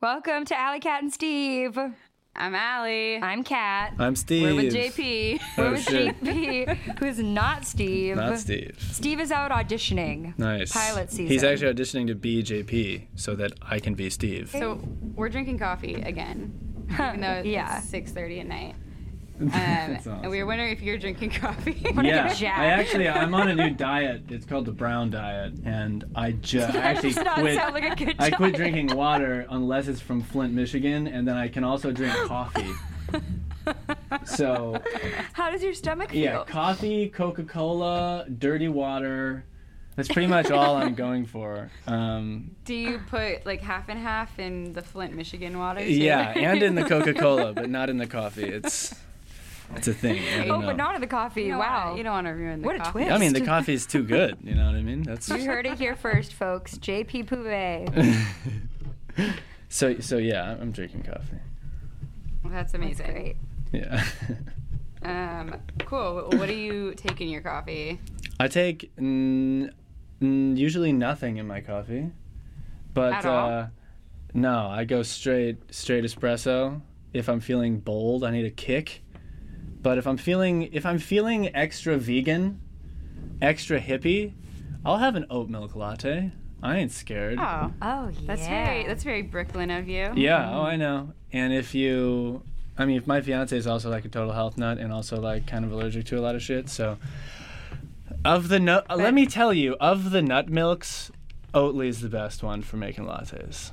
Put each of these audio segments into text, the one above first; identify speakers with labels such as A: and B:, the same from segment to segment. A: Welcome to Alley Cat and Steve.
B: I'm Allie.
A: I'm Cat.
C: I'm Steve.
B: We're with JP.
C: Oh,
A: We're with
C: shit.
A: JP, who's not Steve.
C: Not Steve.
A: Steve is out auditioning.
C: Nice.
A: Pilot season.
C: He's actually auditioning to be JP so that I can be Steve.
B: So we're drinking coffee again, even though it's
A: Yeah.
B: 6:30 at night. Um,
C: That's
B: And we were
C: awesome.
B: wondering if you're drinking coffee.
C: yeah,
A: Jack.
C: I actually I'm on a new diet. It's called the brown diet, and I just actually
A: Does not
C: quit.
A: sound like a good
C: I quit
A: diet.
C: drinking water unless it's from Flint, Michigan, and then I can also drink coffee. So
A: How does your stomach feel?
C: yeah, coffee, Coca Cola, dirty water. That's pretty much all I'm going for. Um,
B: Do you put like half and half in the Flint, Michigan water? too?
C: yeah, and in the Coca Cola, but not in the coffee. It's it's a thing. I don't
A: oh,
C: know.
A: but not in the coffee.
B: You don't
A: wow.
B: Wanna, you don't want to ruin the
A: What a
B: coffee.
A: twist.
C: I mean, the coffee's too good. You know what I mean? That's
A: you heard it here first, folks. JP Pouvet.
C: so. So yeah, I'm drinking coffee.
B: Well, that's
A: That's
B: amazing.
A: great.
C: Yeah.
B: Um, cool. What do you take in your coffee?
C: I take mm, mm, usually nothing in my coffee, but
B: At all?
C: Uh, no, I go straight straight espresso. If I'm feeling bold, I need a kick. But if I'm feeling if I'm feeling extra vegan, extra hippie, I'll have an oat milk latte. I ain't scared.
B: Oh,
A: Oh, yeah.
B: that's very that's very Brooklyn of you.
C: Yeah,
B: Mm-hmm.
C: oh, I know. And if you, I mean, if my fiance is also like a total health nut and also like kind of allergic to a lot of shit, so of the nut, let me tell you, of the nut milks, Oatly's the best one for making lattes.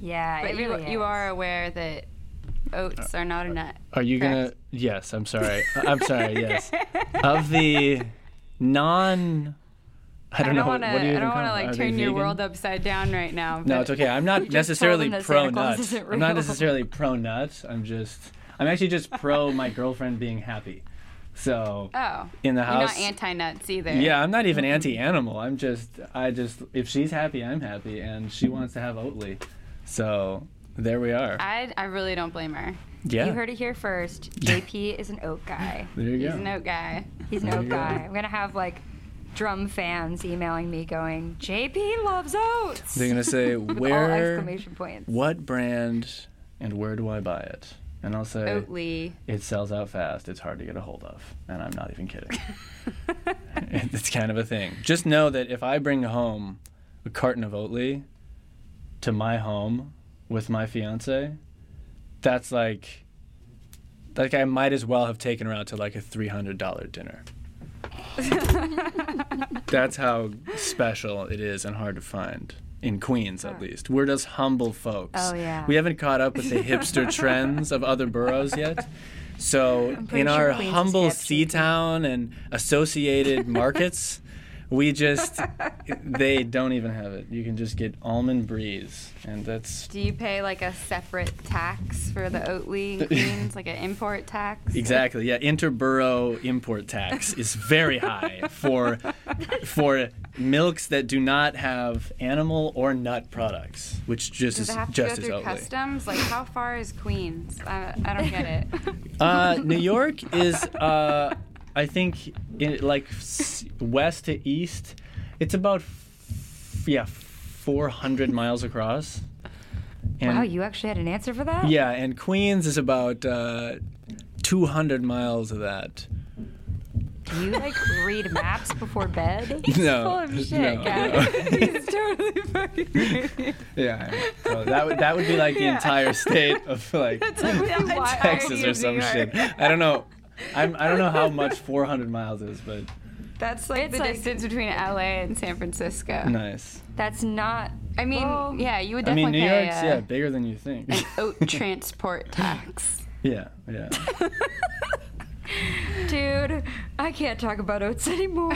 A: Yeah,
B: But
A: it
B: you,
A: really
B: you
A: is.
B: are aware that oats are not a nut.
C: Are you
B: Correct.
C: gonna? Yes, I'm sorry. I- I'm sorry. Yes, of the non. I don't,
B: I
C: know.
B: don't want to.
C: what do you
B: I
C: even
B: don't want to
C: call them?
B: like
C: Are they
B: turn your
C: vegan?
B: world upside down right now.
C: No,
B: but-
C: it's okay. I'm not
A: just
C: necessarily
A: told them that
C: pro
A: Santa Claus
C: nuts.
A: isn't
C: I'm not
A: real.
C: necessarily pro nuts. I'm just. I'm actually just pro my girlfriend being happy. So.
A: Uh,
B: Oh,
C: in the
B: you're
C: house.
B: not anti nuts either.
C: yeah, I'm not even
A: Mm-hmm.
C: anti-animal. I'm just, I just, if she's happy, I'm happy, and she wants to have Oatly, so there we are.
B: I, I really don't blame her.
C: yeah,
A: You heard it here first. JP is an oat guy.
C: there you
B: He's
C: go.
B: an oat guy.
A: He's an
C: There
A: oat
C: you go.
A: guy. I'm gonna have like drum fans emailing me going, JP loves oats.
C: They're gonna say
A: All
C: where,
A: exclamation points.
C: what brand, and where do I buy it? And I'll say
A: Oh,
B: Oatly.
C: it sells out fast. It's hard to get a hold of, and I'm not even kidding. it's kind of a thing. Just know that if I bring home a carton of Oatly to my home with my fiance, that's like like I might as well have taken her out to like a three hundred dollar dinner. that's how special it is and hard to find. In Queens, at least. We're just humble folks.
A: Oh, yeah.
C: We haven't caught up with the hipster trends of other boroughs yet. So,
A: pretty
C: in
A: sure
C: our
A: Queens is
C: humble
A: hipster.
C: sea town and associated markets, we just, they don't even have it. You can just get almond breeze, and that's
B: Do you pay like a separate tax for the Oatly in Queens, like an import tax?
C: Exactly. Yeah, interborough import tax is very high for for milks that do not have animal or nut products, which just
B: Does
C: is
B: it have to
C: just
B: go
C: as
B: through
C: ugly.
B: customs? Like, how far is Queens? I, I don't get it.
C: Uh, New York is, uh, I think, in, like s- west to east, it's about f- yeah, 400 miles across. And,
A: Wow, you actually had an answer for that?
C: Yeah, and Queens is about uh, 200 miles of that.
A: Do you like read maps before bed?
C: no,
B: Full of shit,
C: no,
B: guys.
C: no.
B: He's totally fucking crazy.
C: Yeah, so that would that would be like the
B: Yeah.
C: entire state of like
B: Why are
C: Texas
B: you
C: or
B: in
C: some
B: New York?
C: shit. I don't know. I'm I don't know how much 400 miles is, but
B: That's like
A: It's
B: the
A: like-
B: distance between LA and San Francisco.
C: nice.
A: That's not.
B: I mean,
A: Well,
B: yeah, you would
C: I
B: definitely
C: mean, New
B: pay
C: York's
B: a,
C: yeah bigger than you think.
B: an oat transport tax.
C: yeah, yeah.
A: Dude, I can't talk about oats anymore.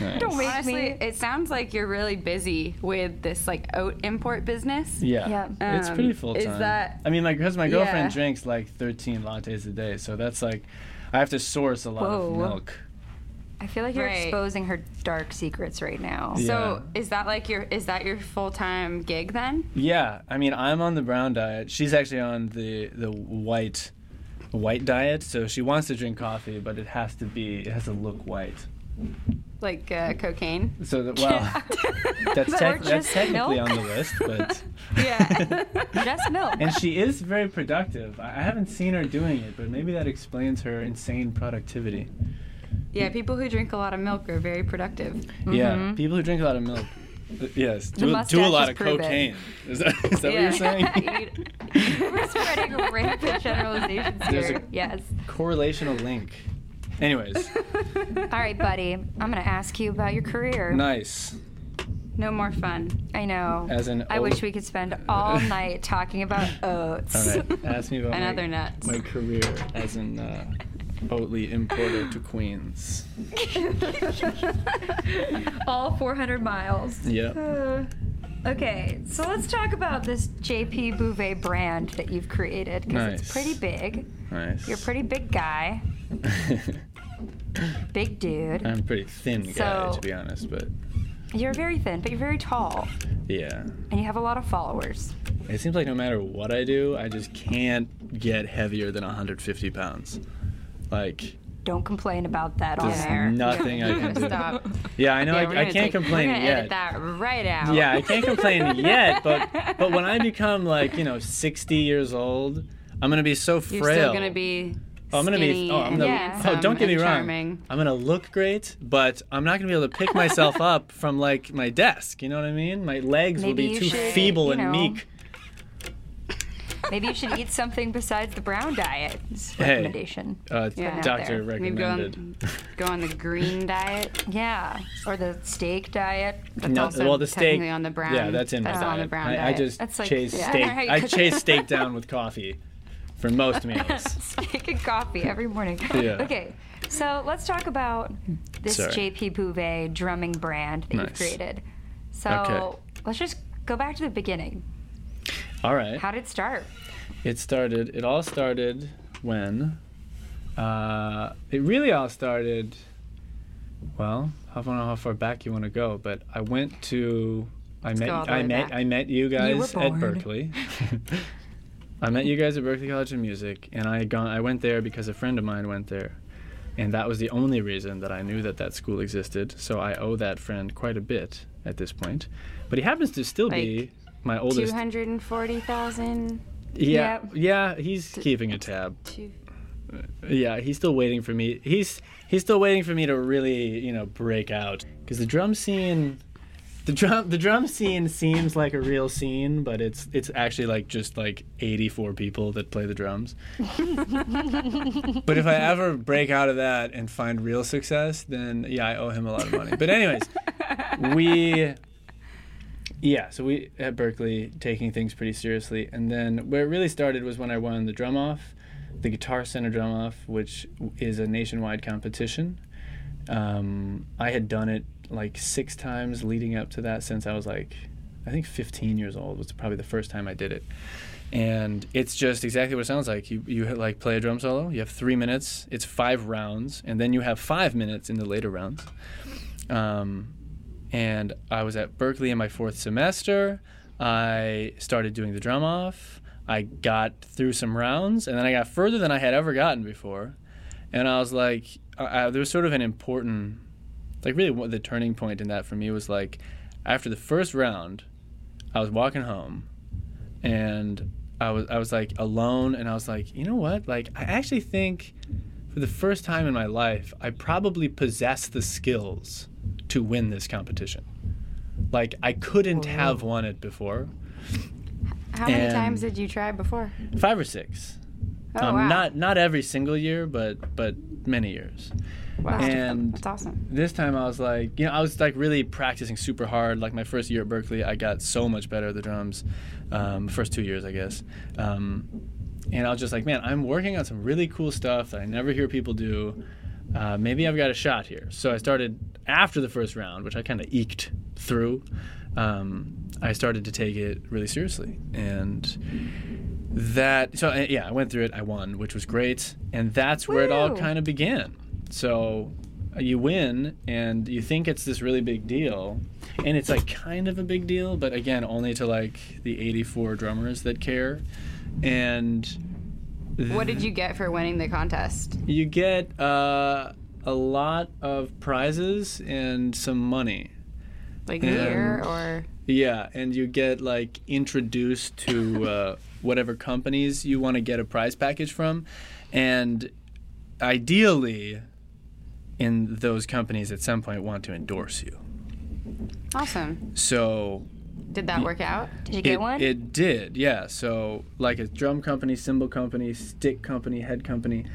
C: Nice.
A: Don't make
B: Honestly,
A: me.
B: it sounds like you're really busy with this like oat import business.
C: Yeah.
A: Yeah.
C: it's
B: Um,
C: pretty full time.
B: is that-
C: I mean, like, because my girlfriend
B: Yeah.
C: drinks like 13 lattes a day, so that's like, I have to source a lot of
A: Whoa.
C: milk.
A: I feel like you're
B: Right.
A: exposing her dark secrets right now.
C: Yeah.
B: So is that like your is that your full time gig then?
C: Yeah, I mean, I'm on the brown diet. She's actually on the the white white diet. So she wants to drink coffee, but it has to be it has to look white.
B: like uh, cocaine.
C: So that well, that's, tech
A: Or
C: that's
A: just
C: technically
A: milk.
C: on the list, but
B: Yeah.
A: Just milk.
C: and she is very productive. I I haven't seen her doing it, but maybe that explains her insane productivity.
B: yeah, people who drink a lot of milk are very productive.
C: Yeah, people who drink a lot of milk. uh, Yes,
A: Mm-hmm. The
C: do, do a
A: mustaches
C: lot of
A: prove it.
C: cocaine. Is that, is that what you're saying?
A: You- We're spreading rampant generalizations
C: There's
A: here.
C: a-
A: Yes.
C: Correlational link. Anyways,
A: All right, buddy. I'm gonna ask you about your career.
C: nice.
B: No more fun.
A: I know.
C: As an
A: I wish we could spend all night talking about
C: All
A: oats.
C: right, ask me about my-
B: Another nuts.
C: my career as an uh, Oatly importer to Queens.
A: all 400 miles.
C: Yep.
A: Uh, okay, so let's talk about this JP Bouvet brand that you've created because
C: Nice.
A: it's pretty big.
C: Nice.
A: You're a pretty big guy, big dude.
C: I'm a pretty thin guy,
A: So-
C: to be honest, but
A: You're very thin, but you're very tall,
C: yeah.
A: and you have a lot of followers.
C: It seems like no matter what I do, I just can't get heavier than 150 pounds. Like,
A: Don't complain about that on
C: there's
A: air.
C: nothing I can do.
B: Stop.
C: Yeah, I know
B: Yeah,
C: I,
B: we're
C: I
B: gonna
C: can't
B: take-
C: complain
B: We're gonna
C: yet.
B: edit that right out.
C: Yeah, I can't complain yet, but but when I become like you know 60 years old, I'm gonna be so frail.
B: You're still gonna be.
C: Oh, I'm gonna
B: skinny
C: be. Oh, I'm
B: and
C: gonna,
A: Yeah.
C: oh, don't
B: handsome
C: get me
B: and
C: wrong.
B: charming.
C: I'm gonna look great, but I'm not gonna be able to pick myself up from like my desk. You know what I mean? My legs
A: Maybe
C: will be
A: you
C: too
A: should,
C: feeble
A: you
C: and
A: know,
C: meek.
A: Maybe you should eat something besides the brown diet. It's a
C: Hey.
A: recommendation.
C: Uh,
B: Yeah.
C: doctor
A: Maybe
B: Maybe go
C: recommended.
B: on, go on the green diet.
A: Yeah, or the steak diet.
B: That's also
C: well, the steak.
B: technically on the brown.
C: Yeah, that's in
B: that's
C: my
B: on
C: diet.
B: the brown
C: I, I
B: diet.
C: just
A: That's like-
C: chase
A: yeah, I don't
C: steak.
A: know how you
C: I
A: cook
C: chase
A: it.
C: steak down with coffee, for most meals.
A: steak and coffee every morning.
C: Yeah.
A: Okay, so let's talk about this
C: Sorry.
A: JP Bouvet drumming brand that you've
C: Nice.
A: created. So
C: Okay.
A: let's just go back to the beginning.
C: All right.
A: How did it start?
C: It started. It all started when. Uh, it really all started. Well, I don't know how far back you want to go, but I went to. I met.
B: go all the
C: I
B: way
C: met.
B: back.
C: I met you
A: were
C: guys at
A: born.
C: Berkeley. I met you guys at Berkeley College of Music, and I gone. I went there because a friend of mine went there, and that was the only reason that I knew that that school existed. So I owe that friend quite a bit at this point, but he happens to still be
B: Like,
C: my
B: Two
C: oldest.
B: hundred and forty thousand.
C: Yeah,
A: Yep.
C: yeah, he's keeping a tab.
B: Two.
C: Yeah, he's still waiting for me. He's he's still waiting for me to really, you know, break out cuz the drum scene the drum the drum scene seems like a real scene, but it's it's actually like just like 84 people that play the drums. but if I ever break out of that and find real success, then yeah, I owe him a lot of money. But anyways, we yeah, so we at Berkeley taking things pretty seriously, and then where it really started was when I won the drum off, the Guitar Center drum off, which is a nationwide competition. Um, I had done it like six times leading up to that since I was like, I think 15 years old was probably the first time I did it, and it's just exactly what it sounds like. You you like play a drum solo, you have three minutes, it's five rounds, and then you have five minutes in the later rounds. Um, and I was at Berkeley in my fourth semester. I started doing the drum off. I got through some rounds, and then I got further than I had ever gotten before. And I was like, I, I, there was sort of an important, like really what the turning point in that for me was like, after the first round, I was walking home, and I was I was like alone, and I was like, you know what? Like I actually think, for the first time in my life, I probably possess the skills to win this competition. Like I couldn't have won it before.
B: How many
C: And-
B: times did you try before?
C: Five or six.
B: Oh
C: um,
B: wow.
C: Not not every single year, but but many years.
B: wow.
C: and-
B: that's awesome.
C: This time I was like, you know, I was like really practicing super hard. Like my first year at Berkeley, I got so much better at the drums. Um, first two years, I guess. Um, and I was just like, man, I'm working on some really cool stuff that I never hear people do. Uh, maybe I've got a shot here. So I started after the first round, which I kind of eked through. Um, I started to take it really seriously, and that. So uh, yeah, I went through it. I won, which was great, and that's where it all
A: Woo!
C: kind of began. So uh, you win, and you think it's this really big deal, and it's like kind of a big deal, but again, only to like the 84 drummers that care, and
B: What did you get for winning the contest?
C: you get uh, a lot of prizes and some money.
B: Like
C: Yeah.
B: beer or
C: Yeah, and you get like introduced to uh, whatever companies you want to get a prize package from, and ideally, in those companies at some point want to endorse you.
B: awesome.
C: So
B: Did that work out?
A: Did you get
C: it,
A: one?
C: It did, yeah. So, like a drum company, cymbal company, stick company, head company,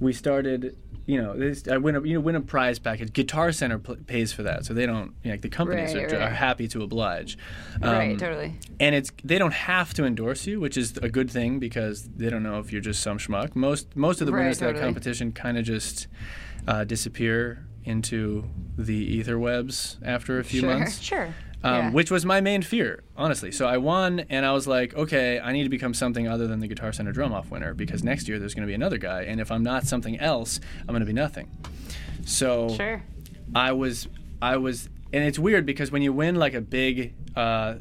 C: we started. You know, this, I win a you know win a prize package. Guitar Center pl- pays for that, so they don't you know, like the companies
B: Right,
C: are,
B: right.
C: are happy to oblige.
B: right,
C: Um,
B: totally.
C: And it's they don't have to endorse you, which is a good thing because they don't know if you're just some schmuck. Most most of the
B: Right,
C: winners of that
B: totally.
C: competition kind of just uh, disappear into the ether webs after a few
B: Sure.
C: months
A: Sure.
C: um,
B: Yeah.
C: which was my main fear, honestly. So I won, and I was like, okay, I need to become something other than the Guitar Center Drum Off winner because next year there's going to be another guy, and if I'm not something else, I'm going to be nothing. So
B: Sure.
C: I was, I was, and it's weird because when you win like a big, uh,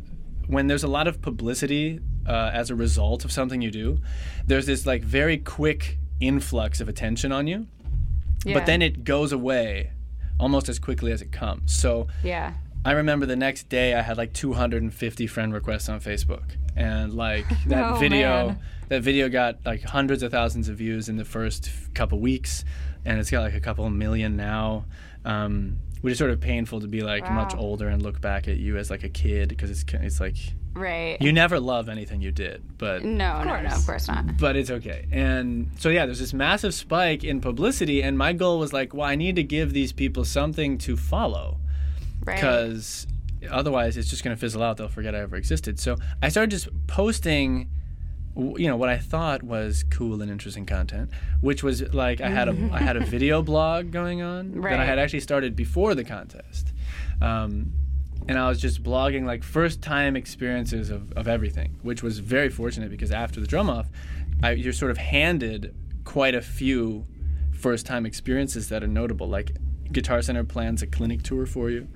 C: when there's a lot of publicity uh, as a result of something you do, there's this like very quick influx of attention on you,
B: Yeah.
C: but then it goes away almost as quickly as it comes. So
B: Yeah.
C: I remember the next day I had like 250 friend requests on Facebook, and like that
A: Oh,
C: video,
A: man.
C: that video got like hundreds of thousands of views in the first f- couple weeks, and it's got like a couple million now. Um, which is sort of painful to be like much
B: Wow.
C: older and look back at you as like a kid because it's ki- it's like
B: Right.
C: you never love anything you did, but
B: no, no, no, of
A: course.
B: course not.
C: but it's okay. And so yeah, there's this massive spike in publicity, and my goal was like, well, I need to give these people something to follow
B: Right.
C: because otherwise it's just going to fizzle out. They'll forget I ever existed. So I started just posting, w- you know, what I thought was cool and interesting content, which was like I had a I had a video blog going on that I
B: Right.
C: had actually started before the contest. Um, and I was just blogging like first time experiences of, of everything, which was very fortunate because after the drum off, I, you're sort of handed quite a few first time experiences that are notable. Like Guitar Center plans a clinic tour for you.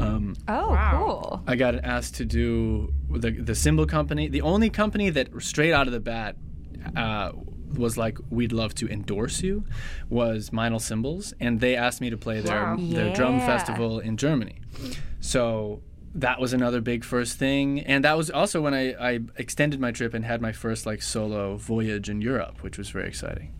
C: Um,
A: Oh,
B: Wow.
A: cool.
C: I got asked to do the the cymbal company, the only company that straight out of the bat uh, was like, "We'd love to endorse you," was Meinl Cymbals, and they asked me to play their
B: Wow.
C: their drum
A: Yeah.
C: festival in Germany. So that was another big first thing, and that was also when I, I extended my trip and had my first like solo voyage in Europe, which was very exciting.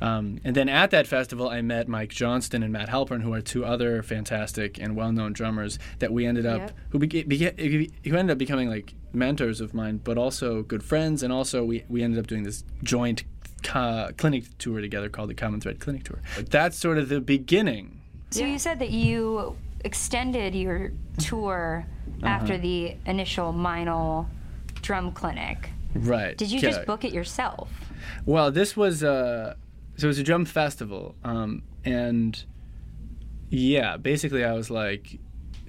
C: Um, and then at that festival, I met Mike Johnston and Matt Halpern, who are two other fantastic and well-known drummers that we ended up
B: Yep.
C: who beca- beca- who ended up becoming like mentors of mine, but also good friends, and also we we ended up doing this joint co- clinic tour together called the Common Thread Clinic Tour. But that's sort of the beginning.
A: So you said that you extended your tour
C: Uh-huh.
A: after the initial Meinl drum clinic.
C: Right.
A: Did you
C: Yeah.
A: just book it yourself?
C: Well, this was uh, so it was a drum festival, um, and yeah, basically I was like,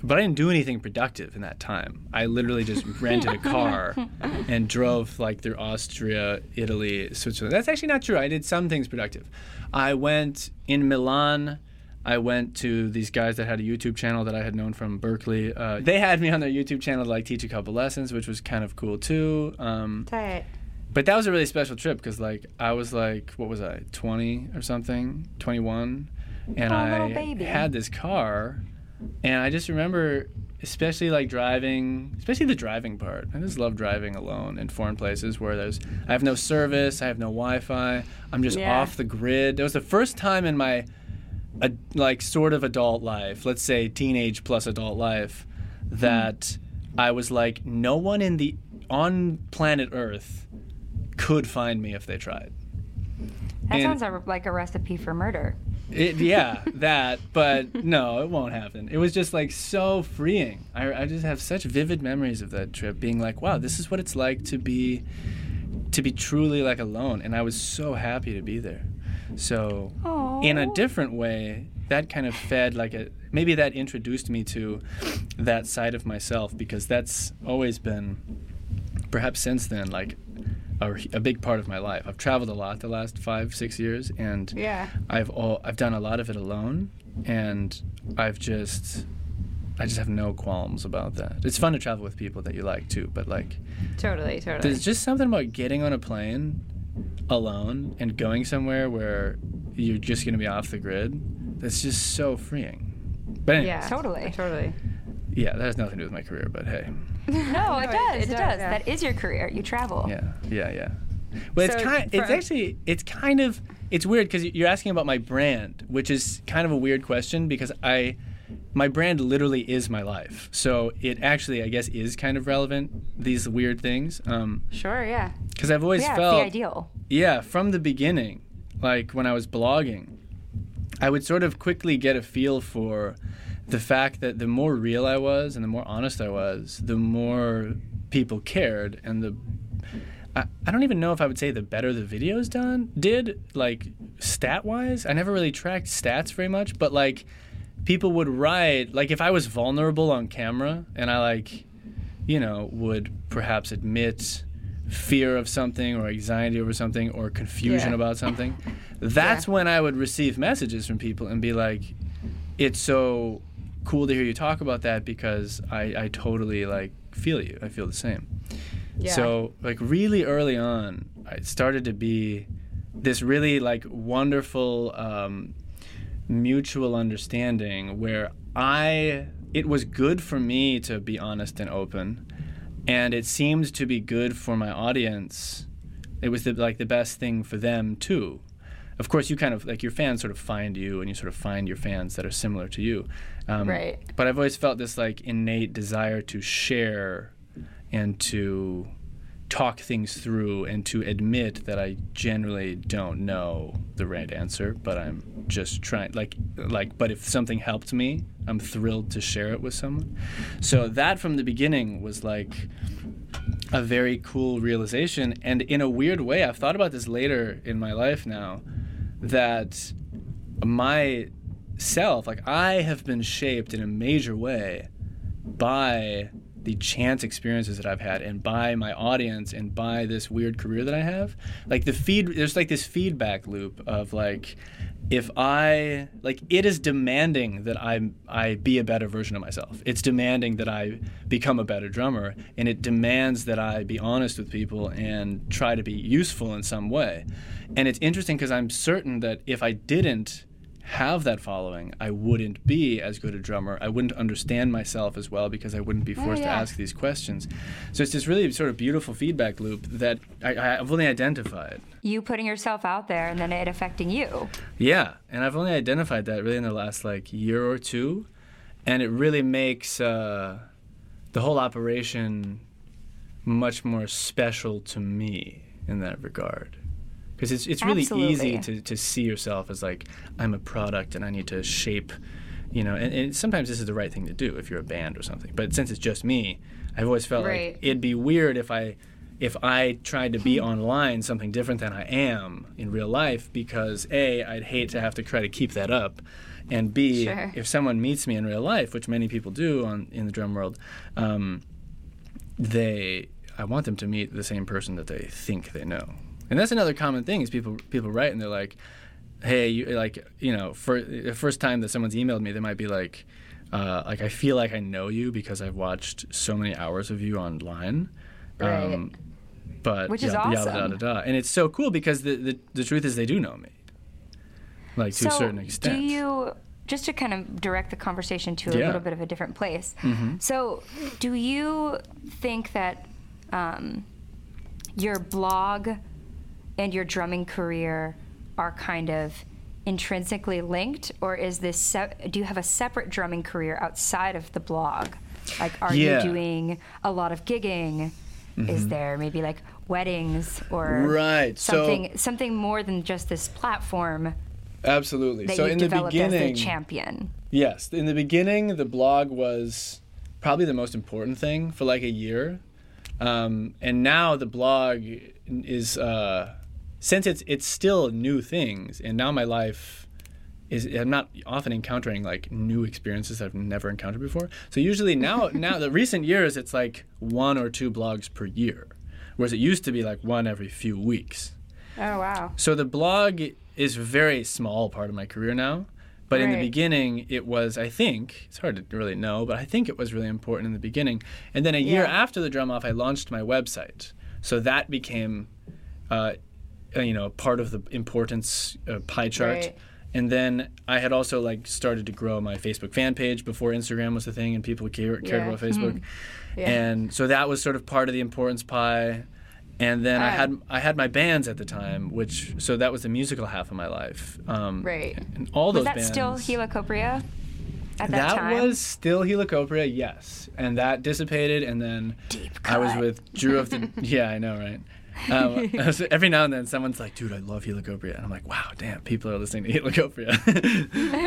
C: but I didn't do anything productive in that time. I literally just rented a car and drove like through Austria, Italy, Switzerland. That's actually not true. I did some things productive. I went in Milan. I went to these guys that had a YouTube channel that I had known from Berkeley. Uh, they had me on their YouTube channel to like teach a couple lessons, which was kind of cool too. Um, but that was a really special trip because like I was like what was I 20 or something 21 and
A: Oh, little
C: I
A: baby.
C: had this car and I just remember especially like driving especially the driving part I just love driving alone in foreign places where there's I have no service I have no Wi-Fi I'm just
B: Yeah.
C: off the grid it was the first time in my a, like sort of adult life, let's say teenage plus adult life, that I was like, no one in the on planet Earth could find me if they tried.
A: That
C: And-
A: sounds a- like a recipe for murder.
C: It, yeah, that, but no, it won't happen. It was just like so freeing. I, I just have such vivid memories of that trip, being like, wow, this is what it's like to be, to be truly like alone, and I was so happy to be there. So
A: Oh.
C: in a different way that kind of fed like a maybe that introduced me to that side of myself because that's always been perhaps since then like a, a big part of my life i've traveled a lot the last five six years and
B: Yeah.
C: i've all i've done a lot of it alone and i've just i just have no qualms about that it's fun to travel with people that you like too but like
B: Totally, totally.
C: there's just something about getting on a plane alone and going somewhere where you're just going to be off the grid It's just so freeing. But anyway, yeah.
B: Yeah.
A: Totally.
B: Totally.
C: that has nothing to do with my career, but hey.
A: No, it
B: No,
A: does. It, does.
B: yeah.
A: That is your career. You travel.
C: Yeah, yeah, yeah. Well, it's
B: So
C: kind. It's
B: for-
C: actually. It's kind of. It's weird because you're asking about my brand, which is kind of a weird question because I, my brand literally is my life. So it actually, I guess, is kind of relevant. These weird things, because
B: Sure. Yeah.
C: I've always
A: Yeah, it's
C: felt
A: the ideal.
C: yeah, from the beginning, like when I was blogging, I would sort of quickly get a feel for the fact that the more real I was and the more honest I was, the more people cared and the I, I don't even know if I would say the better the videos done did, like stat wise. I never really tracked stats very much, but like people would write like if I was vulnerable on camera and I like you know, would perhaps admit fear of something or anxiety over something or confusion
B: Yeah.
C: about something, that's when I would receive messages from people and be like, it's so cool to hear you talk about that because I, I totally like feel you. I feel the same.
B: Yeah.
C: So like really early on, I started to be this really like wonderful um, mutual understanding where I it was good for me to be honest and open, and it seemed to be good for my audience. It was the, like the best thing for them too. Of course, you kind of like your fans sort of find you, and you sort of find your fans that are similar to you. Um,
B: Right.
C: But I've always felt this like innate desire to share and to talk things through and to admit that I generally don't know the right answer, but I'm just trying like like but if something helped me, I'm thrilled to share it with someone. So that from the beginning was like a very cool realization and in a weird way I've thought about this later in my life now that my self like I have been shaped in a major way by the chance experiences that I've had and by my audience and by this weird career that I have. Like the feed there's like this feedback loop of like if I like it is demanding that I I be a better version of myself. It's demanding that I become a better drummer and it demands that I be honest with people and try to be useful in some way. And it's interesting because I'm certain that if I didn't have that following, I wouldn't be as good a drummer. I wouldn't understand myself as well because I wouldn't be forced to
A: yeah.
C: ask these questions. So it's this really sort of beautiful feedback loop that I, I've only identified.
A: You putting yourself out there and then it affecting you.
C: Yeah, and I've only identified that really in the last like year or two, and it really makes uh, the whole operation much more special to me in that regard. Because it's it's really easy
A: Absolutely.
C: to, to see yourself as like I'm a product and I need to shape, you know. And, and sometimes this is the right thing to do if you're a band or something. But since it's just me, I've always felt
B: Right.
C: like it'd be weird if I if I tried to be online something different than I am in real life because A, I'd hate to have to try to keep that up. And B,
B: Sure.
C: if someone meets me in real life, which many people do on in the drum world, um, they I want them to meet the same person that they think they know. And that's another common thing is people people write and they're like, hey, you like you know, for the first time that someone's emailed me, they might be like, uh, like I feel like I know you because I've watched so many hours of you online. Um, but
A: Which is
C: yada, yada,
A: awesome.
C: yada, yada. and it's so cool because the, the the truth is they do know me, like to
A: so
C: a certain extent.
A: do you just to kind of direct the conversation to a
C: Yeah. Mm-hmm.
A: little bit of a different place? So do you think that um, your blog and your drumming career are kind of intrinsically linked, or is this se- do you have a separate drumming career outside of the blog? Like, are
C: Yeah. Mm-hmm.
A: you doing a lot of gigging? Is there maybe like weddings or
C: Right, so-
A: something something more than just this platform
C: Absolutely.
A: that
C: so
A: you
C: in the
A: developed as the
C: beginning,
A: champion.
C: Yes, in the beginning, the blog was probably the most important thing for like a year, um, and now the blog is uh, since it's it's still new things, and now my life is I'm not often encountering like new experiences I've never encountered before. So usually now now the recent years it's like one or two blogs per year, whereas it used to be like one every few weeks.
B: Oh wow.
C: So the blog is a very small part of my career now. But in the
B: Right.
C: beginning, it was, I think, it's hard to really know, but I think it was really important in the beginning. And then a year
B: Yeah.
C: after the drum off, I launched my website. So that became, uh, uh, you know, part of the importance uh, pie chart.
B: Right.
C: And then I had also like started to grow my Facebook fan page before Instagram was a thing, and people care, cared
B: Yeah. Hmm.
C: about Facebook.
B: Yeah.
C: And so that was sort of part of the importance pie. And then I
A: Oh.
B: Ah.
C: had I had my bands at the time, which so that was the musical half of my life. Um,
B: Right.
C: And
A: Was
C: all those
A: that
C: bands.
A: still Helicopria at that,
C: That
A: time?
C: was still Helicopria, yes. And that dissipated, and then
A: Deep
C: I was
A: cut.
C: with Drew of the. yeah, I know, right? Um, so every now and then, someone's like, "Dude, I love Helicopria," and I'm like, "Wow, damn, people are listening to Helicopria,"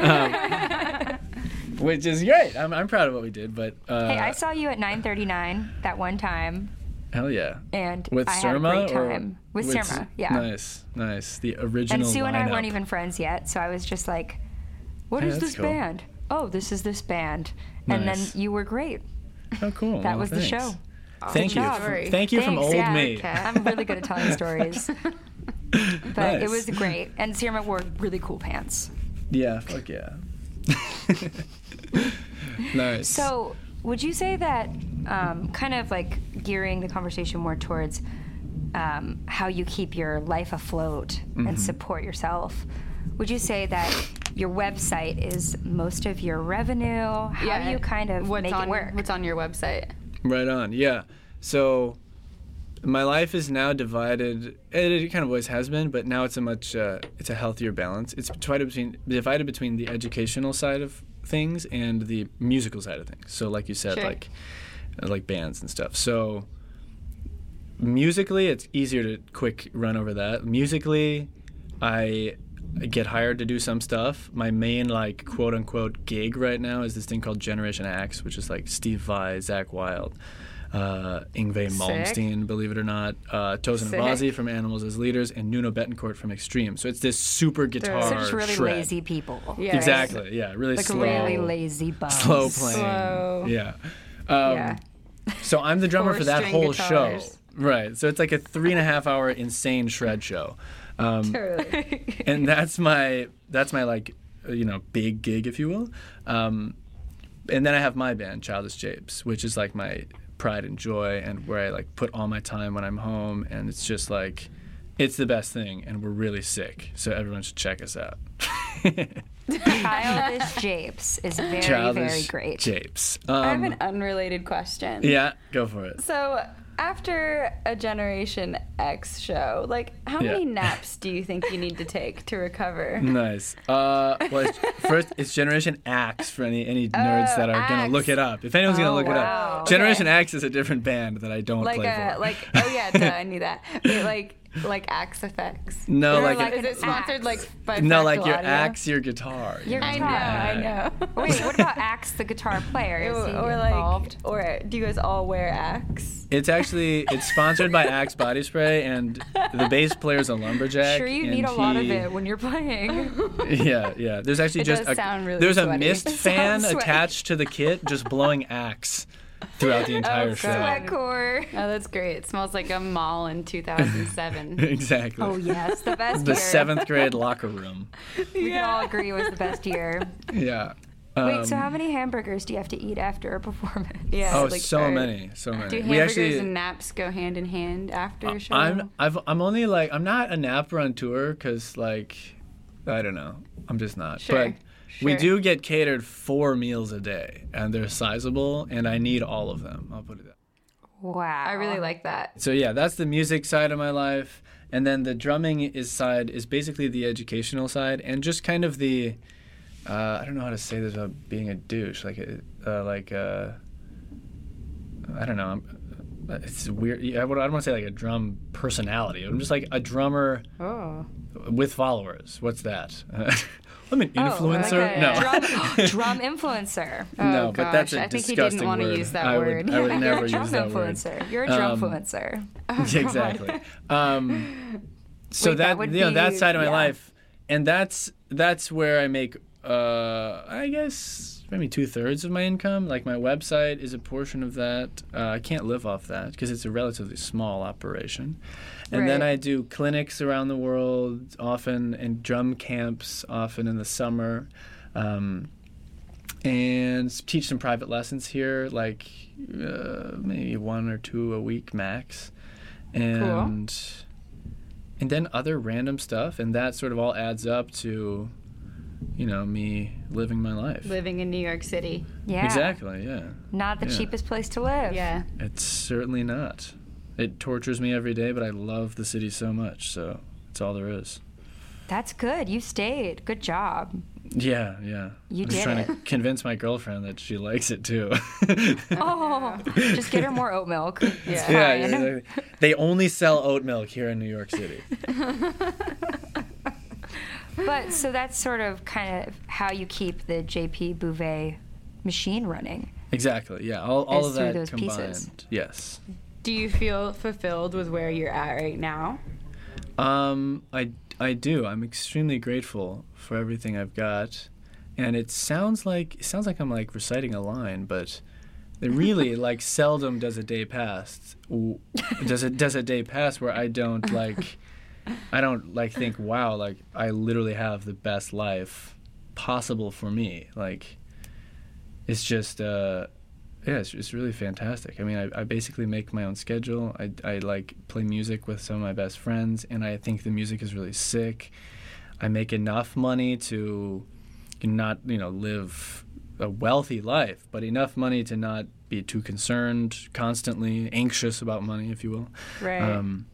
C: um, which is great. I'm, I'm proud of what we did, but uh,
A: Hey, I saw you at 9:39 that one time,
C: hell yeah,
A: and
C: with
A: I
C: Surma
A: had a great
C: or
A: time with,
C: S-
A: Surma. Yeah,
C: nice, nice. The original.
A: and Sue and I
C: lineup.
A: weren't even friends yet, so I was just like, "What
C: Hey,
A: is
C: that's
A: this
C: cool.
A: band? Oh, this is this band." And
C: Nice.
A: then you were great.
C: Oh, cool.
A: That
C: Well,
A: was the
C: thanks.
A: show.
C: Thank you.
A: job.
C: From, thank you from
A: Thanks,
C: old
A: yeah,
C: me.
B: okay.
A: I'm really good at telling stories, but it
C: Nice.
A: was great. And Surma wore really cool pants.
C: Yeah, fuck yeah. nice.
A: So, would you say that um, kind of like gearing the conversation more towards um, how you keep your life afloat
C: Mm-hmm.
A: and support yourself? Would you say that your website is most of your revenue? How do you kind of
B: what's
A: make
B: on,
A: it work?
B: What's on your website?
C: right on. Yeah. So my life is now divided. It, it kind of always has been, but now it's a much uh, it's a healthier balance. It's divided between divided between the educational side of things and the musical side of things. So like you said,
B: Sure.
C: like like bands and stuff. So musically it's easier to quick run over that musically i get hired to do some stuff my main like quote unquote gig right now is this thing called generation x which is like steve vai zach Wild, uh, Ingve Malmsteen, believe it or not, uh, Tosin
B: Sick.
C: Abazi from Animals as Leaders, and Nuno Betancourt from Extreme. So it's this super guitar
A: so just really
C: shred.
A: lazy people.
B: Yeah. right?
C: Exactly, yeah, really
A: Like
C: slow,
A: really lazy bums.
C: slow playing,
B: Slow.
C: yeah. Um,
B: yeah.
C: so I'm the drummer
B: Four
C: for that
B: string
C: whole
B: guitars.
C: show. Right. So it's like a three and a half hour insane shred show. Um, and that's my that's my like uh, you know big gig if you will. Um, and then I have my band Childish Japes, which is like my pride and joy and where I like put all my time when I'm home and it's just like it's the best thing and we're really sick. So everyone should check us out.
A: Childish Japes is very, very great.
C: Japes.
B: I have an
C: Um,
B: unrelated question.
C: yeah, go for it.
B: So after a Generation X show, like how
C: Yeah.
B: many naps do you think you need to take to recover?
C: Nice. Uh, well, it's, first, it's Generation Axe for any any nerds that are gonna
B: Axe.
C: look it up. If anyone's gonna
B: Oh,
C: look it
B: wow.
C: up,
B: Okay.
C: Generation Axe is a different band that I don't
B: Like
C: play
B: a
C: for.
B: like oh yeah, duh, I knew that. But like like Axe Effects.
C: no,
A: Or
C: like,
A: like
B: Is
A: an
B: it sponsored
A: axe.
B: like by
C: no, like
B: Fractal
C: your
B: Audio?
C: axe, your guitar.
A: Your
B: I know,
A: guitar.
B: I know.
A: Wait, what about Axe, the guitar player? Is he
B: Or, or
A: involved?
B: like, or do you guys all wear axe?
C: It's actually it's sponsored by Axe Body Spray, and the bass player's a lumberjack.
A: Sure, you
C: and
A: need a lot of
C: he-
A: it when you're playing.
C: Yeah, yeah. There's actually
B: It
C: just
B: does
C: a,
B: sound really
C: there's a
B: sweaty.
C: mist
B: It
C: fan
A: sounds sweaty.
C: attached to the kit, just blowing axe throughout
B: Oh,
C: the entire show.
B: God.
A: Core.
B: Oh, that's great. It smells like a mall in 2007.
C: Exactly.
A: Oh yes, the best
C: the
A: year.
C: seventh grade locker room.
A: We can all agree was the best year.
C: Yeah.
A: Wait, so
C: Um,
A: how many hamburgers do you have to eat after a performance?
B: yeah.
C: Oh,
B: like,
C: so
B: or-
C: many, so many.
B: Do hamburgers and naps go hand in hand after a show?
C: Uh, I'm I've I'm only like I'm not a napper on tour because like I don't know I'm just not.
B: Sure,
C: But we
B: sure.
C: do get catered four meals a day, and they're sizable, and I need all of them. I'll put it that.
A: Wow.
B: I really like that.
C: So yeah, that's the music side of my life, and then the drumming is side is basically the educational side, and just kind of the uh, I don't know how to say this without being a douche, like uh, like uh, I don't know, I'm, it's weird. Yeah, I would- I don't want to say like a drum personality. I'm just like a drummer
B: Oh.
C: with followers. What's that? I'm an
A: Oh,
C: influencer.
A: okay.
C: No.
A: Drum, drum influencer.
B: Oh,
C: no, but that's a
B: gosh, I think he didn't
C: disgusting
B: wanna
C: word.
B: use that
C: I would-
B: word.
C: I would
B: You're a
C: never
A: drum
C: use that word.
A: influencer. You're a drum
C: Um,
A: influencer.
C: Yeah, exactly. Um, so
A: Wait, that
C: that,
A: would
C: you know, that
A: be-
C: side of my
A: yeah.
C: life, and that's that's where I make uh, I guess maybe two thirds of my income. Like my website is a portion of that. Uh, I can't live off that because it's a relatively small operation. And then
B: Right.
C: I do clinics around the world often, and drum camps often in the summer. Um, and s- teach some private lessons here, like uh, maybe one or two a week max, and and then other random stuff, and that sort of all adds up to you know, me living my life.
B: living in New York City.
A: Yeah.
C: Exactly, yeah.
A: Not the
C: Yeah.
A: cheapest place to live.
B: Yeah.
C: It's certainly not. It tortures me every day, but I love the city so much, so it's all there is.
A: That's good. You stayed. Good job.
C: Yeah, yeah.
A: You
C: I'm just
A: did
C: trying to
A: it.
C: convince my girlfriend that she likes it too.
A: Oh, just get her more oat milk. It's
C: yeah,
A: fine.
C: yeah, they- they only sell oat milk here in New York City.
A: But so that's sort of kind of how you keep the JP Bouvet machine running.
C: Exactly. Yeah. All, all
A: Is
C: of
A: through
C: that
A: those
C: combined.
A: pieces.
C: Yes.
B: Do you feel fulfilled with where you're at right now?
C: Um, I I do. I'm extremely grateful for everything I've got, and it sounds like it sounds like I'm like reciting a line, but it really like seldom does a day pass w- does it does a day pass where I don't like I don't like think wow like I literally have the best life possible for me like it's just uh yeah it's, it's really fantastic i mean I, I basically make my own schedule I, I like play music with some of my best friends and i think the music is really sick i make enough money to not you know live a wealthy life but enough money to not be too concerned constantly anxious about money if you will
B: Right.
C: um,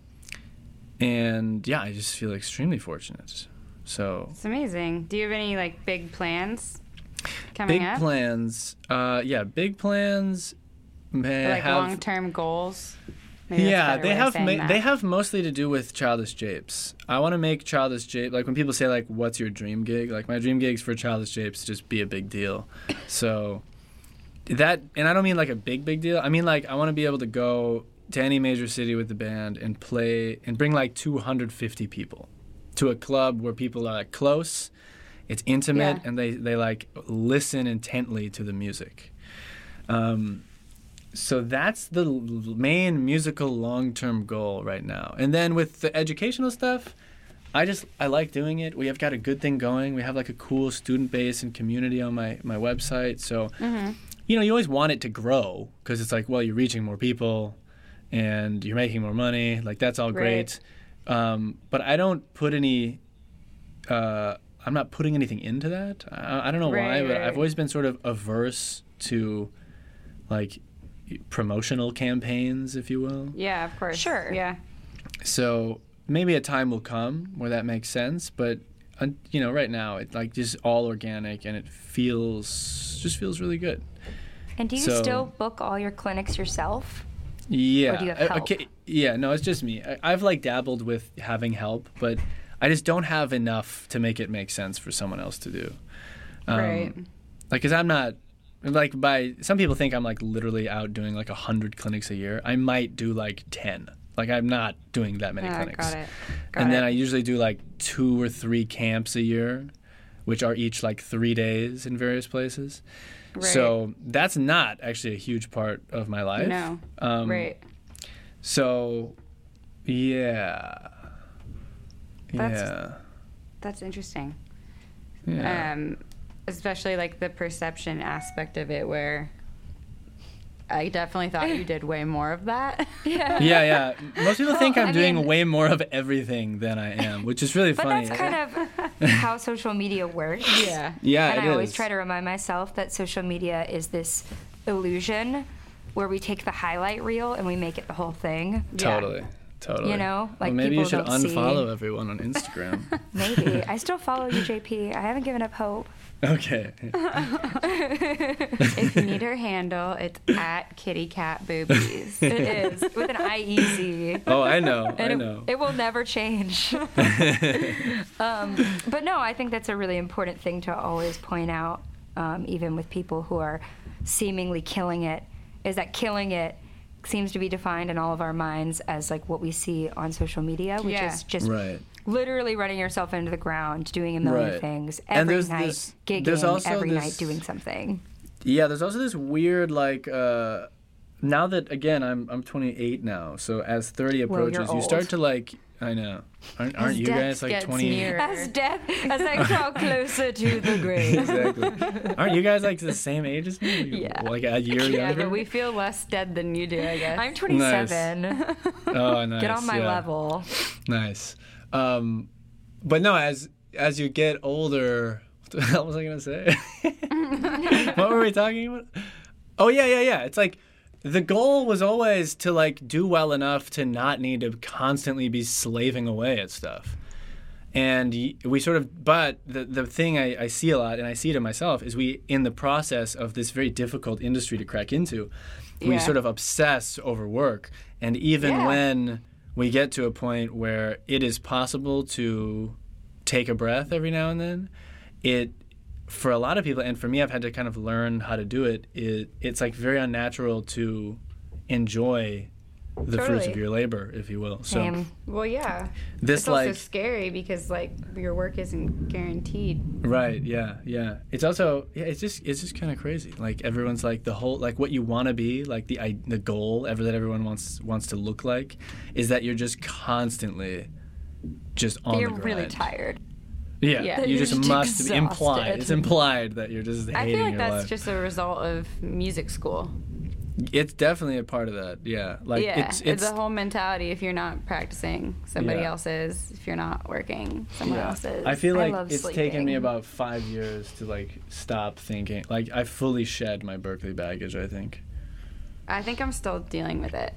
C: and yeah i just feel extremely fortunate so
B: it's amazing. Do you have any like big plans coming
C: big
B: up?
C: plans uh yeah big plans may
B: Like
C: have
B: long-term goals? Maybe that's a
C: yeah
B: better
C: they
B: way of
C: have
B: saying
C: ma-
B: that.
C: they have mostly to do with childish japes i want to make childish jape like when people say like what's your dream gig like my dream gigs for childish japes just be a big deal so that and i don't mean like a big big deal i mean like i want to be able to go to any major city with the band and play and bring like 250 people to a club where people are like close it's intimate
B: Yeah.
C: and they, they like listen intently to the music um, so that's the l- main musical long-term goal right now and then with the educational stuff i just i like doing it we have got a good thing going we have like a cool student base and community on my, my website so
B: Mm-hmm.
C: you know you always want it to grow because it's like well you're reaching more people and you're making more money like that's all
B: Right.
C: great um, but i don't put any uh, I'm not putting anything into that. I, I don't know why,
B: Right,
C: but
B: right.
C: I've always been sort of averse to like promotional campaigns, if you will.
B: Yeah, of course.
A: Sure.
B: Yeah.
C: So maybe a time will come where that makes sense, but uh, you know, right now it's like just all organic and it feels just feels really good.
A: And do you
C: So-
A: still book all your clinics yourself?
C: Yeah.
A: you have
C: I-
A: help?
C: Okay. Yeah. No, it's just me. I, I've like dabbled with having help, but I just don't have enough to make it make sense for someone else to do. Um,
B: right.
C: like because i'm not like by some people think i'm like literally out doing like 100 clinics a year i might do like 10 like i'm not doing that many
B: Ah,
C: clinics
B: got it. Got
C: and
B: it.
C: then i usually do like two or three camps a year which are each like three days in various places
B: right.
C: so that's not actually a huge part of my life
B: No.
C: um,
B: right.
C: so yeah
B: That's-
C: yeah
B: That's interesting.
C: yeah
B: um, especially like the perception aspect of it where I definitely thought you did way more of that.
A: Yeah.
C: yeah, yeah. Most people think I'm
A: I
C: doing
A: mean-
C: way more of everything than I am, which is really
A: But
C: funny.
A: that's kind of how social media works.
B: yeah.
C: Yeah,
A: and
C: it
A: I always
C: is.
A: try to remind myself that social media is this illusion where we take the highlight reel and we make it the whole thing.
C: totally, totally.
A: You know, like,
C: well, maybe you
A: people
C: should
A: don't see-
C: unfollow everyone on Instagram.
A: Maybe. I still follow you, JP. I haven't given up hope.
C: okay.
B: If you need her handle, it's at kitty cat boobies.
A: It is with an I E Z.
C: Oh, I know, I
A: And
C: know.
A: It, it will never change. um, but no, I think that's a really important thing to always point out, um, even with people who are seemingly killing it, is that killing it seems to be defined in all of our minds as like what we see on social media, which
B: Yeah.
A: is just
C: Right.
A: literally running yourself into the ground, doing a million
C: Right.
A: things
C: And
A: every
C: there's
A: night,
C: this-
A: gigging
C: there's also
A: every night,
C: this-
A: doing something.
C: Yeah, there's also this weird like. Uh, now that again, I'm I'm 28 now, so as 30
A: Well, you're
C: approaches, you
A: old.
C: start to like. I know. Aren't, aren't you
B: death
C: guys like
B: gets
C: 28?
B: nearer.
A: As death, as I crawl closer to the grave.
C: exactly. Aren't you guys like the same age as me? Like,
A: Yeah.
C: Like a year
B: yeah,
C: younger.
B: but we feel less dead than you do, I guess.
A: I'm 27.
C: oh, nice.
A: Get on my
C: yeah.
A: level.
C: Nice. Um, but no, as as you get older, what was I gonna say? what were we talking about? Oh yeah, yeah, yeah. It's like the goal was always to like do well enough to not need to constantly be slaving away at stuff. And y- we sort of, but the, the thing I, I see a lot, and I see it in myself, is we, in the process of this very difficult industry to crack into, we
B: Yeah.
C: sort of obsess over work. And even
A: Yeah.
C: when we get to a point where it is possible to take a breath every now and then, it, for a lot of people, and for me, I've had to kind of learn how to do it, it it's like very unnatural to enjoy the fruits of
B: Totally.
C: your labor, if you will. So
A: Same.
B: Well, yeah.
C: this
B: It's
C: like
B: also scary because like your work isn't guaranteed.
C: Right. Yeah. Yeah. It's also yeah. It's just it's just kind of crazy. Like everyone's like the whole like what you want to be like the I, the goal ever that everyone wants wants to look like is that you're just constantly just on
A: You're
C: the grind.
A: really tired.
B: Yeah.
C: Yeah. You
B: That
A: you're
C: just
A: just
C: must be implied.
A: exhausted.
C: It's implied that you're just hating
B: I feel like
C: your
B: that's
C: life.
B: just a result of music school.
C: It's definitely a part of that. Yeah. Like
B: yeah,
C: it's it's
B: the whole mentality. If you're not practicing, somebody
C: Yeah.
B: else is. If you're not working, someone
C: Yeah.
B: else is.
C: I feel
A: I
C: like
A: love
C: it's taken me
A: sleeping.
C: about five years to like stop thinking. Like I fully shed my Berkeley baggage. I think.
B: I think I'm still dealing with it.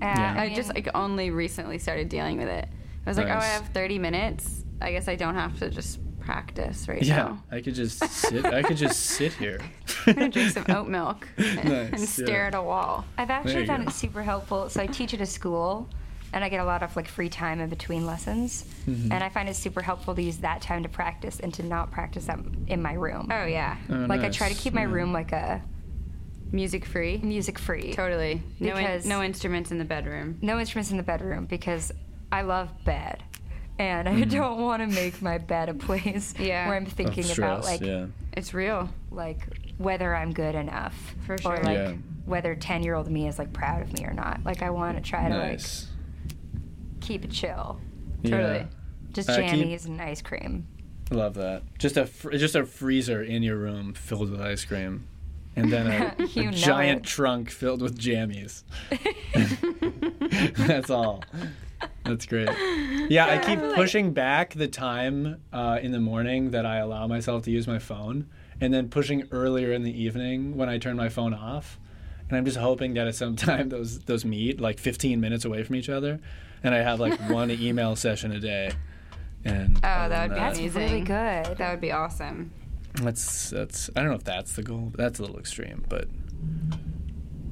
C: Yeah.
B: I just like only recently started dealing with it. I was like, oh, I
C: Nice.
B: have 30 minutes. I guess I don't have to just practice right
C: Yeah,
B: now.
A: Oh.
C: I could just sit. I could just sit here.
B: I'm gonna drink some oat milk and, and
C: Nice, yeah.
B: stare at a wall.
A: I've
C: There
A: actually
C: you
A: found
C: go.
A: it super helpful. So I teach at a school, and I get a lot of like free time in between lessons,
C: Mm-hmm.
A: and I find it super helpful to use that time to practice and to not practice that in my room.
B: Oh yeah,
C: Oh,
A: like I try to
C: nice, Oh,
A: keep my
C: yeah.
A: room like a
B: music free.
A: music free.
B: Totally. No, in,
A: Because-
B: no instruments in the bedroom.
A: No instruments in the bedroom because I love bed. And I
C: Mm-hmm.
A: don't want to make my bed a place
B: Yeah.
A: where I'm
C: Of
A: thinking about
C: stress,
A: like
C: yeah.
B: It's real.
A: like whether I'm good enough
B: For
A: or
B: sure.
A: like
C: Yeah.
A: whether 10-year-old me is like proud of me or not. Like I want to try to
C: nice.
A: like keep it chill.
B: Totally.
A: Just
C: Uh, keep-
A: jammies and ice cream.
C: Yeah, love that. Just a fr- just a freezer in your room filled with ice cream, and then a, a
A: You know
C: giant
A: it.
C: trunk filled with jammies. That's all. That's great. Yeah, I keep pushing back the time uh, in the morning that I allow myself to use my phone, and then pushing earlier in the evening when I turn my phone off. And I'm just hoping that at some time those those meet like 15 minutes away from each other, and I have like one email session a day. And
B: Oh, that would be
A: That's
C: that's,
B: amazing.
A: really good.
B: That would be awesome.
C: that's that's I don't know if that's the goal. but That's a little extreme, but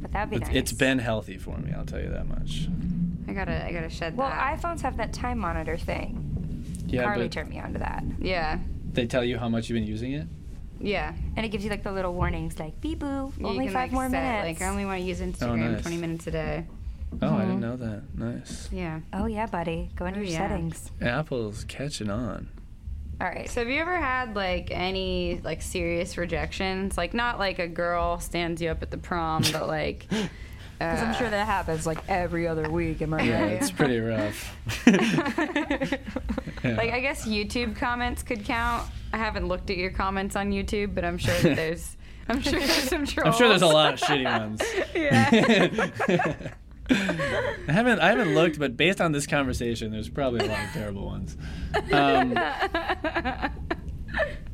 A: But that'd be
C: it's,
A: nice.
C: it's been healthy for me. I'll tell you that much.
B: I gotta, I gotta shed
A: Well,
B: that.
A: iPhones have that time monitor thing.
C: Yeah,
A: Carly
C: but
A: turned me on to that.
B: yeah,
C: they tell you how much you've been using it.
B: yeah.
A: And it gives you like the little warnings like beep boo,
B: You
A: only
B: can,
A: five
B: like,
A: more
B: set,
A: minutes.
B: Like I only want to use Instagram
C: Oh, nice.
B: 20 minutes a day.
C: Oh, I didn't know that. Nice.
B: Yeah.
A: Oh yeah, buddy. Go into
B: Oh,
A: your
B: yeah.
A: settings.
C: Apple's catching on.
A: All right.
B: So have you ever had like any like serious rejections? Like not like a girl stands you up at the prom, but like. uh,
A: Because I'm sure that happens like every other week. Am I right?
C: Yeah, it's pretty rough. Yeah.
B: Like I guess YouTube comments could count. I haven't looked at your comments on YouTube, but I'm sure that there's. I'm sure there's some trolls.
C: I'm sure there's a lot of shitty ones.
B: yeah.
C: I haven't I haven't looked, but based on this conversation, there's probably a lot of terrible ones. Um,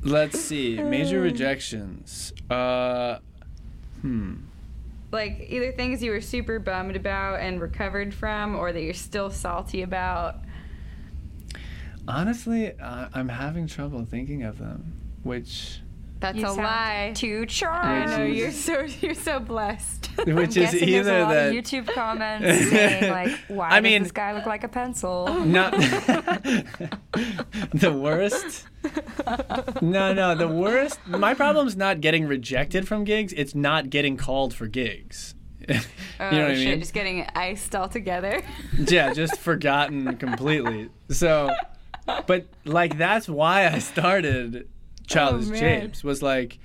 C: let's see. Major rejections. Uh, hmm.
B: like either things you were super bummed about and recovered from, or that you're still salty about.
C: Honestly, uh, I'm having trouble thinking of them, which
B: That's
A: You
B: a
A: sound
B: lie.
A: Too
B: I
A: charming.
B: know
C: Jesus.
B: you're so you're so blessed.
C: which
A: I'm
C: is
A: guessing
C: either
A: there's a lot
C: that
A: of YouTube comments saying like, "Why
C: I
A: does
C: mean- Oh,
A: this guy look like a pencil?"
C: not the worst. No, no, the worst. My problem's not getting rejected from gigs. It's not getting called for gigs. you know
B: Oh,
C: what I
B: shit,
C: mean?
B: Just getting iced all together.
C: yeah, just forgotten completely. So, but like that's why I started Childish
B: Oh, man.
C: Japes was like,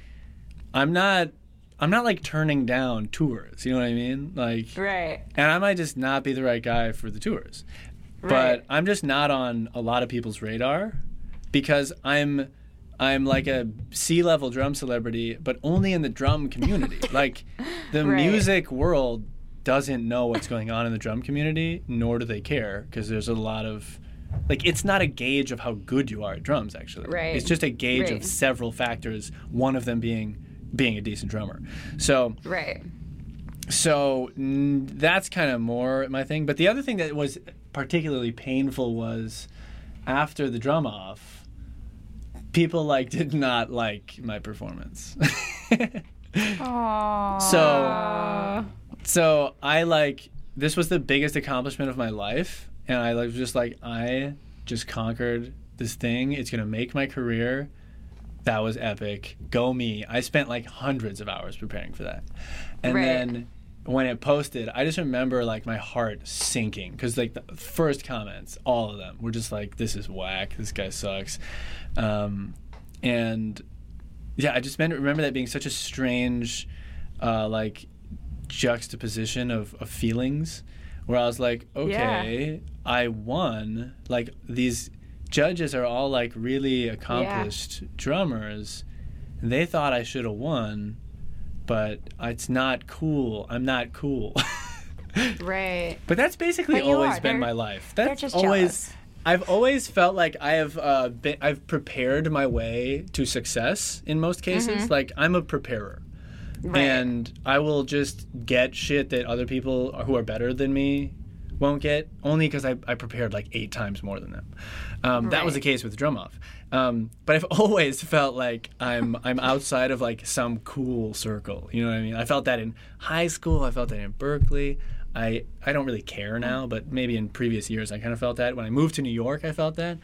C: I'm not, I'm not like turning down tours. You know what I mean? Like,
B: right.
C: and I might just not be the right guy for the tours.
B: Right.
C: But I'm just not on a lot of people's radar because I'm I'm like a C-level drum celebrity, but only in the drum community. like the
B: Right.
C: music world doesn't know what's going on in the drum community, nor do they care because there's a lot of Like it's not a gauge of how good you are at drums actually.
B: Right.
C: It's just a gauge
B: Right.
C: of several factors, one of them being being a decent drummer. So
B: Right.
C: so n- that's kind of more my thing. But the other thing that was particularly painful was after the drum off, people like did not like my performance.
A: Aww.
C: so so I like this was the biggest accomplishment of my life, and I like was just like I just conquered this thing. It's gonna make my career. That was epic. Go me. I spent like hundreds of hours preparing for that. And
B: Right.
C: then when it posted, I just remember like my heart sinking because like the first comments, all of them were just like, "This is whack. This guy sucks," um, and yeah, I just men- remember that being such a strange, uh, like, juxtaposition of, of feelings, where I was like, okay, I won. Like these judges are all like really accomplished drummers, and they thought I should have won, but it's not cool. I'm not cool.
B: Right.
C: But that's basically
A: But you
C: always
A: are.
C: been
A: They're-
C: my life. That's
A: just
C: always
A: jealous.
C: I've always felt like I have uh, been, I've prepared my way to success in most cases.
A: Mm-hmm.
C: Like I'm a preparer. And I will just get shit that other people who are better than me won't get only because I, I prepared like eight times more than them. Um, That was the
B: Right.
C: case with drum off. Um, but I've always felt like I'm I'm outside of like some cool circle. You know what I mean? I felt that in high school. I felt that in Berkeley. I I don't really
A: Mm.
C: care now, but maybe in previous years I kind of felt that. When I moved to New York, I felt that.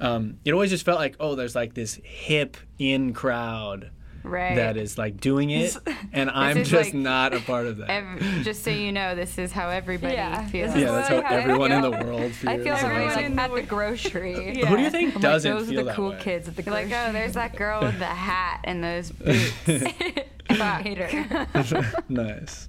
C: Um, it always just felt like oh, there's like this hip in crowd
B: Right.
C: that is like doing it, and I'm
B: is,
C: just
B: like,
C: not a part of that.
B: Ev- just so you know, this is how everybody
A: Yeah, this
B: feels.
A: is
C: yeah, that's how
A: Well, I-
C: everyone in the world feels.
A: I feel like
B: Everyone
A: I was like
B: in the
A: at the
B: world.
A: grocery.
B: Yeah.
C: Who do you think
A: I'm like,
C: doesn't
A: those
C: feel
A: are the
C: that
A: cool
C: way?
A: kids at the
B: You're like,
A: grocery.
B: oh, there's that girl with the hat and those boots.
A: I hate her.
C: nice.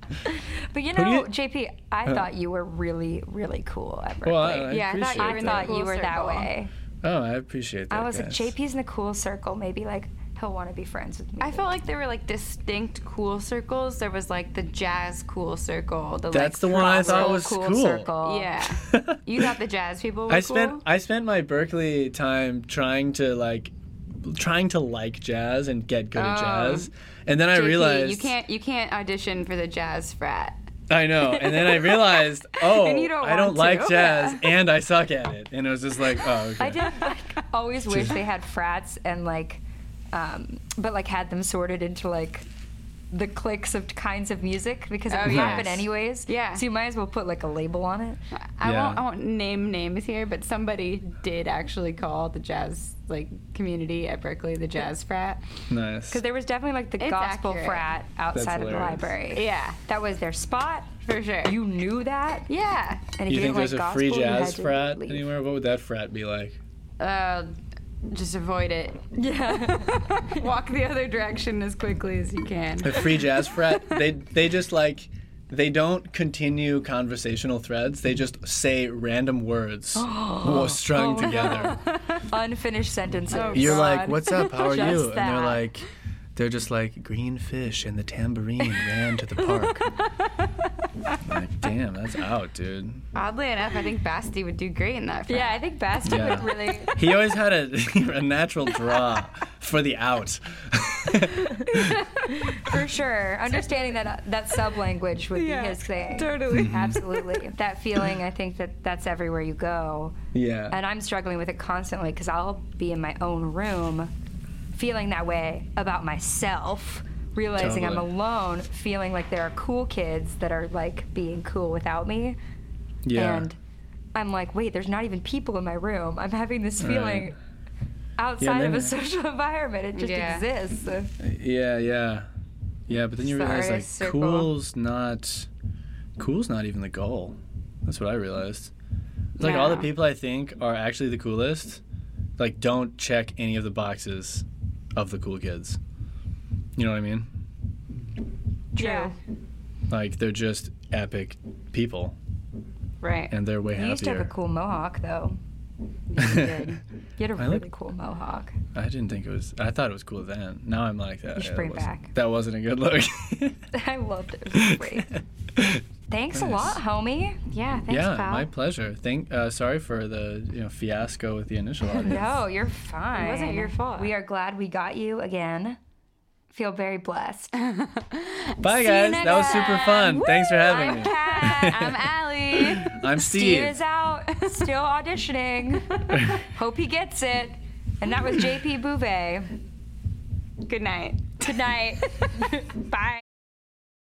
A: But you
C: Who do
A: know,
C: you-
A: JP, I thought you were really, really cool at Berkeley.
C: Well, I, I
B: Yeah, I thought
C: appreciate
B: you were
A: I
B: in
C: that.
A: thought you
B: Cool
A: were that
B: circle.
A: way.
C: Oh, I appreciate that.
A: I was like,
C: guys.
A: JP's in the cool circle. Maybe like he'll want to be friends with me.
B: I felt like there were like distinct cool circles. There was like the jazz cool circle. The,
C: That's
B: like,
C: the one I
B: proper-
C: thought was
A: cool,
C: cool.
A: circle.
B: Yeah. You thought the jazz people were
C: I spent
B: cool?
C: I spent my Berkeley time trying to like trying to like jazz and get good at
B: Oh.
C: jazz. And then I
B: JP,
C: realized
B: you can't you can't audition for the jazz frat.
C: I know. And then I realized, oh,
B: And you don't
C: I don't
B: want
C: like
B: to.
C: jazz and I suck at it. And it was just like, oh, okay.
A: I did like always wish they had frats and like, um, but like had them sorted into like the cliques of kinds of music because it
B: Oh,
A: would
B: yes.
A: happen anyways.
B: Yeah.
A: So you might as well put like a label on it.
B: I
C: Yeah.
B: won't I won't name names here, but somebody did actually call the jazz like community at Berkeley the jazz frat.
C: Nice.
A: Because there was definitely like the
B: It's
A: gospel
B: accurate.
A: frat outside of the
C: hilarious.
A: library.
B: Yeah,
A: That was their spot.
B: for sure.
A: You knew that.
B: yeah.
A: And if
C: You
A: didn't
C: think there's
A: like
C: a free
A: gospel, you had
C: jazz
A: to
C: frat
A: leave.
C: anywhere? What would that frat be like?
B: Uh, just avoid it.
A: Yeah.
B: Walk the other direction as quickly as you can.
C: The free jazz frat, they they just like they don't continue conversational threads. They just say random words
A: Oh,
C: wo- strung together.
A: Unfinished sentences.
B: Oh,
C: You're like,
B: God.
C: "What's up? How are you?"
A: Just
C: And
A: that.
C: they're like they're just like green fish and the tambourine ran to the park. I'm like, damn, that's out, dude.
B: Oddly enough, I think Basti would do great in that. Frat.
A: Yeah, I think Basti
C: Yeah.
A: would really.
C: He always had a, a natural draw for the out.
A: For sure, understanding that uh, that sub language would
B: Yeah,
A: be his thing.
C: Mm-hmm.
B: totally.
A: Absolutely, that feeling. I think that that's everywhere you go,
C: yeah.
A: and I'm struggling with it constantly because I'll be in my own room, feeling that way about myself, realizing I'm
C: Totally.
A: alone, feeling like there are cool kids that are like being cool without me,
C: yeah.
A: and I'm like, wait, there's not even people in my room. I'm having this
C: Right.
A: feeling outside of
C: then-
A: a social environment. It just
B: Yeah.
A: exists.
C: Yeah, yeah, yeah. But then you
B: Sorry,
C: realize like
B: circle.
C: cool's not cool's not even the goal. That's what I realized. It's Like all the
B: No.
C: people I think are actually the coolest, like don't check any of the boxes of the cool kids. You know what I mean?
A: True.
B: Yeah.
C: Like they're just epic people,
B: Right.
C: and they're way
A: You
C: happier.
A: used to have a cool mohawk, though.
B: did.
A: You had a
C: I
A: really
C: like-
A: cool mohawk.
C: I didn't think it was. I thought it was cool then. Now I'm like that.
A: You should
C: yeah,
A: bring it
C: that wasn't-
A: back.
C: That wasn't a good look.
A: I loved it. It was great. Thanks a
C: Nice.
A: lot, homie.
B: Yeah, thanks,
C: yeah,
B: pal.
C: my pleasure. Thank. Uh, sorry for the you know fiasco with the initial audience.
A: No, you're fine.
B: wasn't your fault.
A: We are glad we got you again. Feel very blessed.
C: Bye
A: See you
C: guys.
A: next
C: That was
A: time.
C: super fun. Thanks for having
A: I'm
C: me.
A: Kat.
B: I'm Allie.
C: I'm
A: Steve
C: Steve.
A: is out, still auditioning. Hope he gets it. And that was JP Bouvet.
B: Good night.
A: Good night. Bye.